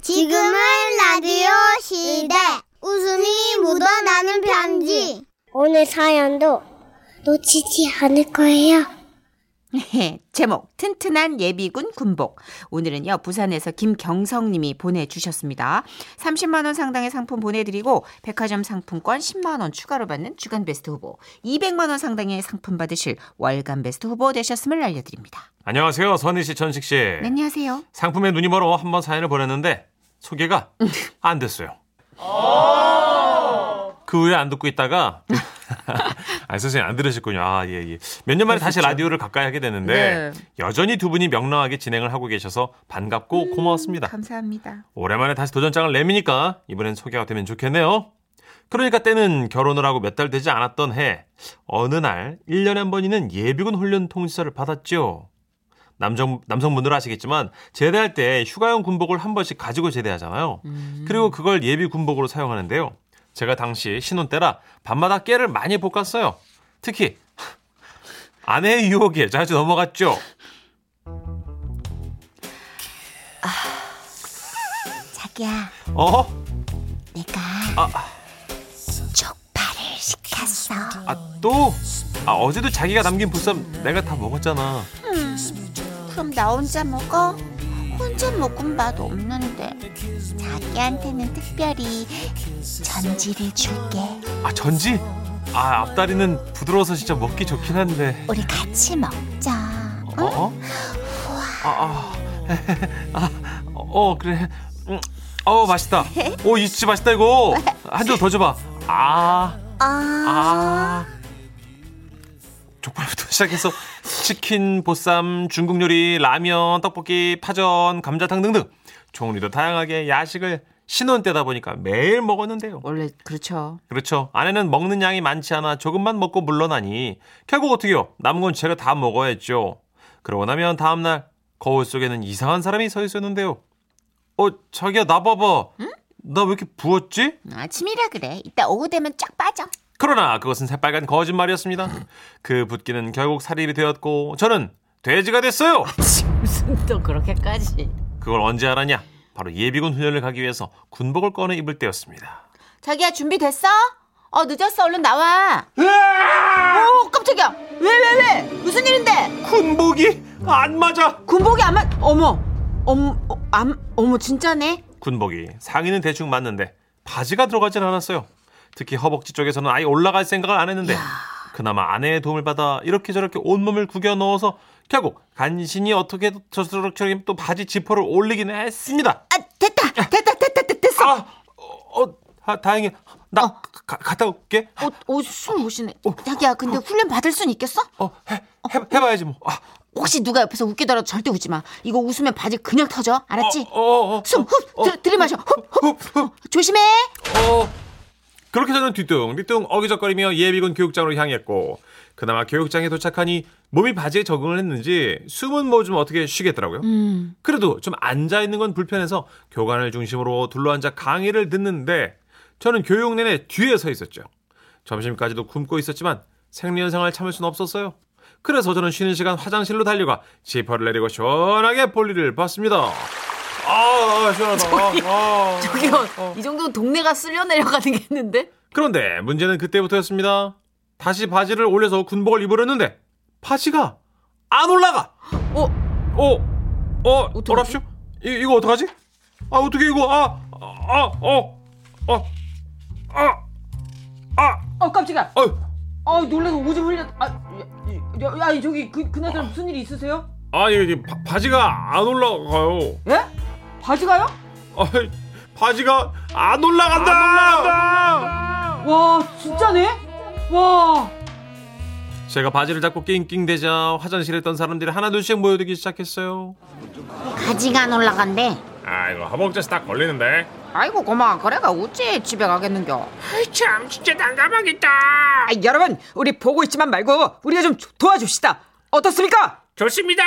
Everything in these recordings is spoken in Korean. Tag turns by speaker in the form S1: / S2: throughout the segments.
S1: 지금은 라디오 시대. 웃음이 묻어나는 편지.
S2: 오늘 사연도 놓치지 않을 거예요.
S3: 네, 제목 튼튼한 예비군 군복. 오늘은요 부산에서 김경성님이 보내주셨습니다. 30만 원 상당의 상품 보내드리고 백화점 상품권 10만 원 추가로 받는 주간 베스트 후보, 200만 원 상당의 상품 받으실 월간 베스트 후보 되셨음을 알려드립니다.
S4: 안녕하세요. 선희 씨, 천식 씨.
S3: 네, 안녕하세요.
S4: 상품에 눈이 멀어 한번 사연을 보냈는데 소개가 안 됐어요. 그 후에 안 듣고 있다가 아 선생님 안 들으셨군요. 아, 예, 예. 몇 년 만에 다시 라디오를 가까이 하게 됐는데
S3: 그렇죠. 네.
S4: 여전히 두 분이 명랑하게 진행을 하고 계셔서 반갑고 고마웠습니다.
S3: 감사합니다.
S4: 오랜만에 다시 도전장을 내미니까 이번엔 소개가 되면 좋겠네요. 그러니까 때는 결혼을 하고 몇 달 되지 않았던 해 어느 날 1년에 한 번이는 예비군 훈련 통지서를 받았죠. 남성, 남성분들 아시겠지만 제대할 때 휴가용 군복을 한 번씩 가지고 제대하잖아요. 그리고 그걸 예비 군복으로 사용하는데요. 제가 당시 신혼 때라 밤마다 깨를 많이 볶았어요. 특히 아내의 유혹에 자주 넘어갔죠.
S3: 자기야,
S4: 어?
S3: 내가
S4: 아.
S3: 족발을 시켰어.
S4: 아 또? 아 어제도 자기가 남긴 보쌈 내가 다 먹었잖아.
S3: 그럼 나 혼자 먹어? 혼자 먹은 맛 없는데. 자기한테는 특별히 전지를 줄게.
S4: 아 전지? 아 앞다리는 부드러워서 진짜 먹기 좋긴 한데.
S3: 우리 같이 먹자.
S4: 어? 어? 아, 아, 아, 어 그래. 음, 어 맛있다. 오 이치 맛있다 이거. 한 점 더 줘봐. 아,
S3: 아,
S4: 아. 족발부터 시작해서 치킨, 보쌈, 중국 요리, 라면, 떡볶이, 파전, 감자탕 등등 종류도 다양하게 야식을 신혼 때다 보니까 매일 먹었는데요.
S3: 원래 그렇죠.
S4: 그렇죠. 아내는 먹는 양이 많지 않아 조금만 먹고 물러나니 결국 어떻게요? 남은 건 제가 다 먹어야 했죠. 그러고 나면 다음 날 거울 속에는 이상한 사람이 서 있었는데요. 어, 자기야 나 봐봐. 나 왜 이렇게 부었지?
S3: 아침이라 그래. 이따 오후 되면 쫙 빠져.
S4: 그러나 그것은 새빨간 거짓말이었습니다. 그 붓기는 결국 살입이 되었고 저는 돼지가 됐어요.
S3: 무슨 또 그렇게까지?
S4: 그걸 언제 알았냐? 바로 예비군 훈련을 가기 위해서 군복을 꺼내 입을 때였습니다.
S3: 자기야 준비됐어? 어 늦었어. 얼른 나와. 오 깜짝이야. 왜 왜 왜? 무슨 일인데?
S4: 군복이 안 맞아.
S3: 군복이 안 맞. 어머. 어머. 어, 안. 어머 진짜네.
S4: 군복이 상의는 대충 맞는데 바지가 들어가진 않았어요. 특히 허벅지 쪽에서는 아예 올라갈 생각을 안 했는데 그나마 아내의 도움을 받아 이렇게 저렇게 온몸을 구겨 넣어서 결국 간신히 어떻게 저렇게 또 바지 지퍼를 올리긴 했습니다.
S3: 아 됐다. 됐다. 됐다. 됐다 됐어.
S4: 아, 어, 어, 다- 다행히 나 가- 갔다 올게.
S3: 어, 어, 숨 오시네. 자기야,
S5: 어.
S3: 근데 훈련 받을 순 있겠어?
S4: 어, 해, 해, 해봐야지 뭐. 아,
S3: 혹시 누가 옆에서 웃기더라도 절대 웃지 마. 이거 웃으면 바지 그냥 터져. 알았지?
S4: 어, 어, 어,
S3: 숨, 흡,
S4: 어,
S3: 들, 들이마셔. 흡, 흡.
S4: 훅, 훅.
S3: 조심해.
S4: 어. 그렇게 저는 뒤뚱 뒤뚱 어기적거리며 예비군 교육장으로 향했고 그나마 교육장에 도착하니 몸이 바지에 적응을 했는지 숨은 뭐 좀 어떻게 쉬겠더라고요. 그래도 좀 앉아 있는 건 불편해서 교관을 중심으로 둘러앉아 강의를 듣는데 저는 교육 내내 뒤에 서 있었죠. 점심까지도 굶고 있었지만 생리현상을 참을 수는 없었어요. 그래서 저는 쉬는 시간 화장실로 달려가 지퍼를 내리고 시원하게 볼일을 봤습니다. 아, 아, 시원하다. 아, 아.
S3: 어,
S5: 어.
S3: 이 정도면 동네가 쓸려 내려가는 게 있는데?
S4: 그런데 문제는 그때부터였습니다. 다시 바지를 올려서 군복을 입으려는데 바지가 안 올라가.
S3: 어,
S4: 어, 어,
S3: 어떡하지?
S4: 어랍쇼? 이 이거 어떡하지? 아 어떻게 이거? 아, 아, 어, 어, 아, 아,
S5: 어 깜짝이야.
S4: 어,
S5: 아 놀래서 오줌 흘렸. 아, 야, 야, 야, 저기 그 그날따라 무슨 일이 있으세요?
S4: 아 이게 이게 바- 바지가 안 올라가요.
S5: 예? 바지가요?
S4: 아, 바지가 안 올라간다.
S5: 와 진짜네? 와.
S4: 제가 바지를 잡고 낑낑대자 화장실에 있던 사람들이 하나둘씩 모여들기 시작했어요.
S3: 가지가 안 올라간대.
S4: 아 이거 허벅지에서 딱 걸리는데.
S3: 아이고, 고마. 그래가 어찌 집에 가겠는겨.
S6: 참 진짜 난감하겠다.
S5: 아, 여러분 우리 보고 있지만 말고 우리가 좀 도와줍시다. 어떻습니까?
S6: 좋습니다.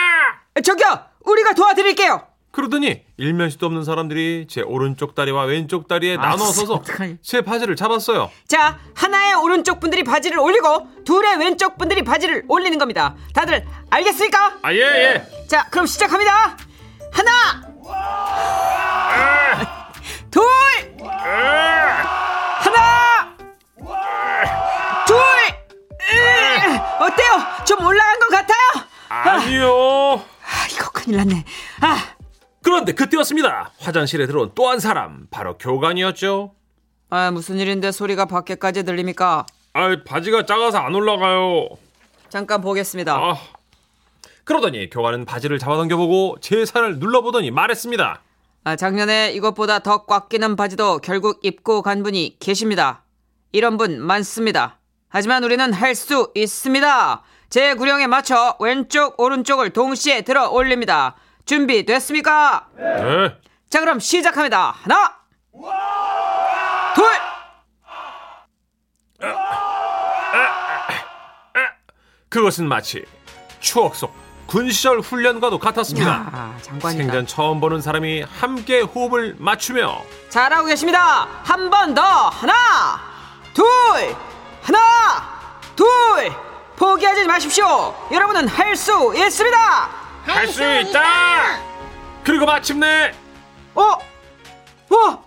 S5: 저기요 우리가 도와드릴게요.
S4: 그러더니 일면식도 없는 사람들이 제 오른쪽 다리와 왼쪽 다리에
S5: 아,
S4: 나눠 서서 제 바지를 잡았어요.
S5: 자 하나의 오른쪽 분들이 바지를 올리고 둘의 왼쪽 분들이 바지를 올리는 겁니다. 다들 알겠습니까?
S4: 아 예 예.
S5: 자 그럼 시작합니다. 하나.
S4: 아.
S5: 아,
S4: 그때였습니다. 화장실에 들어온 또 한 사람 바로 교관이었죠.
S5: 아, 무슨 일인데 소리가 밖에까지 들립니까?
S4: 아 바지가 작아서 안 올라가요.
S5: 잠깐 보겠습니다.
S4: 아 그러더니 교관은 바지를 잡아당겨보고 제 살을 눌러보더니 말했습니다.
S5: 아, 작년에 이것보다 더 꽉 끼는 바지도 결국 입고 간 분이 계십니다. 이런 분 많습니다. 하지만 우리는 할 수 있습니다. 제 구령에 맞춰 왼쪽, 오른쪽을 동시에 들어 올립니다. 준비됐습니까?
S4: 네.
S5: 자, 그럼 시작합니다. 하나, 둘,
S4: 그것은 마치 추억 속 군 시절 훈련과도 같았습니다.
S5: 야, 장관이다.
S4: 네. 생전 처음 보는 사람이 함께 호흡을 맞추며
S5: 잘하고 계십니다. 한 번 더. 하나, 둘, 하나, 둘. 포기하지 마십시오. 여러분은 할 수 있습니다.
S4: 할 수 있다. 그리고 마침내
S5: 어? 어?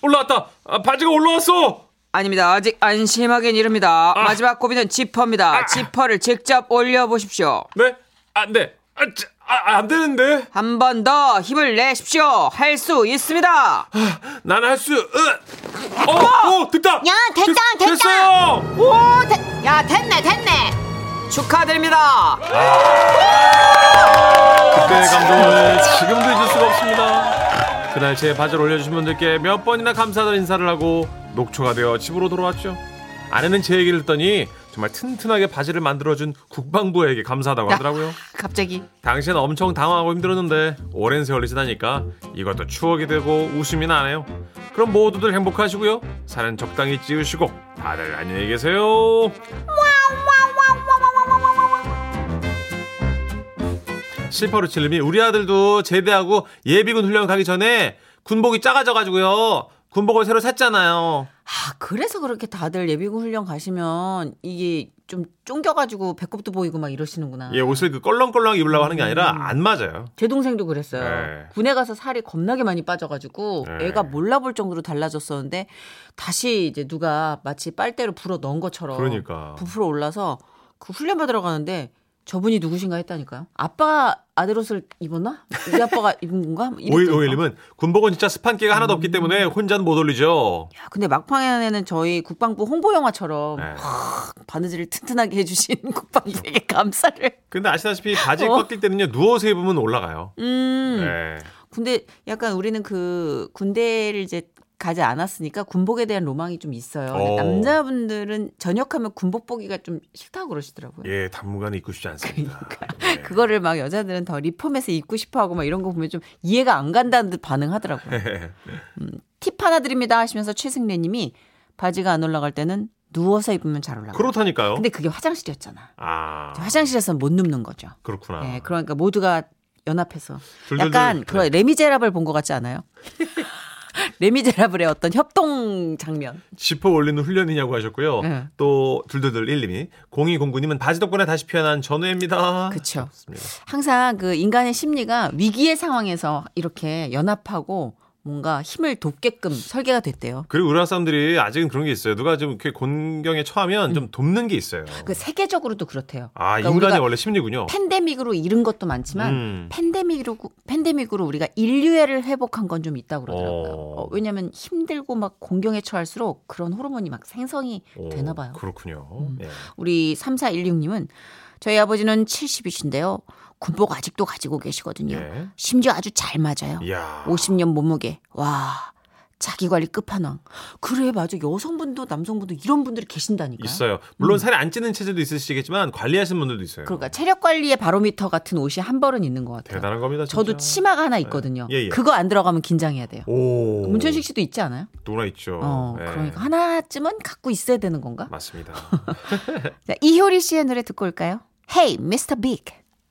S4: 올라왔다. 아, 바지가 올라왔어.
S5: 아닙니다. 아직 안심하긴 이릅니다. 마지막 고비는 지퍼입니다. 지퍼를 직접 올려보십시오.
S4: 네? 안 돼. 아, 자, 아, 안 되는데.
S5: 한 번 더 힘을 내십시오. 할 수 있습니다.
S4: 아, 난 할 수. 으. 어, 어, 됐다.
S1: 야, 됐다,
S4: 됐,
S1: 됐다.
S4: 됐어요.
S1: 오, 됐, 야, 됐네, 됐네.
S5: 축하드립니다.
S4: 그때의 감동을 지금도 잊을 수가 없습니다. 그날 제 바지를 올려주신 분들께 몇 번이나 감사드린 인사를 하고 녹초가 되어 집으로 돌아왔죠. 아내는 제 얘기를 듣더니 정말 튼튼하게 바지를 만들어준 국방부에게 감사하다고 하더라고요.
S3: 갑자기
S4: 당시엔 엄청 당황하고 힘들었는데 오랜 세월이 지나니까 이것도 추억이 되고 웃음이 나네요. 그럼 모두들 행복하시고요. 살은 적당히 찌우시고 다들 안녕히 계세요. 실퍼로 칠님이 우리 아들도 제대하고 예비군 훈련 가기 전에 군복이 작아져가지고요. 군복을 새로 샀잖아요.
S3: 아 그래서 그렇게 다들 예비군 훈련 가시면 이게 좀 쫑겨가지고 배꼽도 보이고 막 이러시는구나.
S4: 얘 옷을 그 껄렁껄렁 입으려고 하는 게 아니라 안 맞아요.
S3: 제 동생도 그랬어요.
S4: 네.
S3: 군에 가서 살이 겁나게 많이 빠져가지고
S4: 네.
S3: 애가 몰라볼 정도로 달라졌었는데 다시 이제 누가 마치 빨대로 불어 넣은 것처럼
S4: 그러니까.
S3: 부풀어 올라서 그 훈련 받으러 가는데 저분이 누구신가 했다니까요. 아빠 아들옷을 입었나? 우리 아빠가 입은 건가? 이랬다니까.
S4: 5151님은 군복은 진짜 스판 기가 하나도 없기 때문에 혼자는 못 올리죠.
S3: 야, 근데 막판에는 저희 국방부 홍보 영화처럼
S4: 네.
S3: 바느질을 튼튼하게 해주신 국방부에게 감사를.
S4: 근데 아시다시피 바지
S3: 어.
S4: 꺾일 때는요 누워서 입으면 올라가요.
S3: 음.
S4: 네.
S3: 근데 약간 우리는 그 군대를 이제 가지 않았으니까 군복에 대한 로망이 좀 있어요.
S4: 어.
S3: 남자분들은 전역하면 군복 보기가 좀 싫다고 그러시더라고요.
S4: 예, 당분간 입고 싶지 않습니다. 네.
S3: 그거를 막 여자들은 더 리폼해서 입고 싶어하고 막 이런 거 보면 좀 이해가 안 간다는 듯 반응하더라고요.
S4: 네.
S3: 음, 팁 하나 드립니다 하시면서 최승래님이 바지가 안 올라갈 때는 누워서 입으면 잘 올라가. 요
S4: 그렇다니까요.
S3: 근데 그게 화장실이었잖아.
S4: 아
S3: 화장실에서는 못 눕는 거죠.
S4: 그렇구나.
S3: 예, 그러니까 모두가 연합해서
S4: 둘둘둘.
S3: 약간
S4: 아. 네.
S3: 그런 레미제라블 본 것 같지 않아요? 레미제라블의 어떤 협동 장면.
S4: 지퍼 올리는 훈련이냐고 하셨고요.
S3: 네.
S4: 또 둘둘둘 1님이 0209님은 바지 덕분에 다시 피어난 전우입니다.
S3: 아, 그쵸.
S4: 좋습니다.
S3: 항상 그 인간의 심리가 위기의 상황에서 이렇게 연합하고 뭔가 힘을 돕게끔 설계가 됐대요.
S4: 그리고 우리나라 사람들이 아직은 그런 게 있어요. 누가 좀 이렇게 곤경에 처하면 좀 돕는 게 있어요.
S3: 음. 그 세계적으로도 그렇대요.
S4: 아
S3: 그러니까
S4: 인간의
S3: 우리가
S4: 원래 심리군요.
S3: 팬데믹으로 잃은 것도 많지만
S4: 어. 음.
S3: 팬데믹으로 팬데믹으로 우리가 인류애를 회복한 건 좀 있다 그러더라고요.
S4: 어.
S3: 어, 왜냐하면 힘들고 막 공경에 처할수록 그런 호르몬이 막 생성이
S4: 오,
S3: 되나 봐요. 음.
S4: 그렇군요. 예.
S3: 우리 3416님은 저희 아버지는 70이신데요. 군복 아직도 가지고 계시거든요.
S4: 예.
S3: 심지어 아주 잘 맞아요.
S4: 이야.
S3: 50년 몸무게. 와. 자기 관리 끝판왕. 그래 맞아. 여성분도 남성분도 이런 분들이 계신다니까요.
S4: 있어요. 물론 살이 안 찌는 체질도 있으시겠지만 관리하시는 분들도 있어요.
S3: 음. 그러니까 체력 관리의 바로미터 같은 옷이 한 벌은 있는 것 같아요.
S4: 대단한 겁니다. 진짜.
S3: 저도 치마가 하나 있거든요.
S4: 예, 예.
S3: 그거 안 들어가면 긴장해야 돼요.
S4: 오.
S3: 문천식 씨도 있지 않아요?
S4: 누나 있죠.
S3: 어,
S4: 네.
S3: 그러니까 하나쯤은 갖고 있어야 되는 건가?
S4: 맞습니다.
S3: 자, 이효리 씨의 노래 듣고 올까요? Hey, Mr. Big.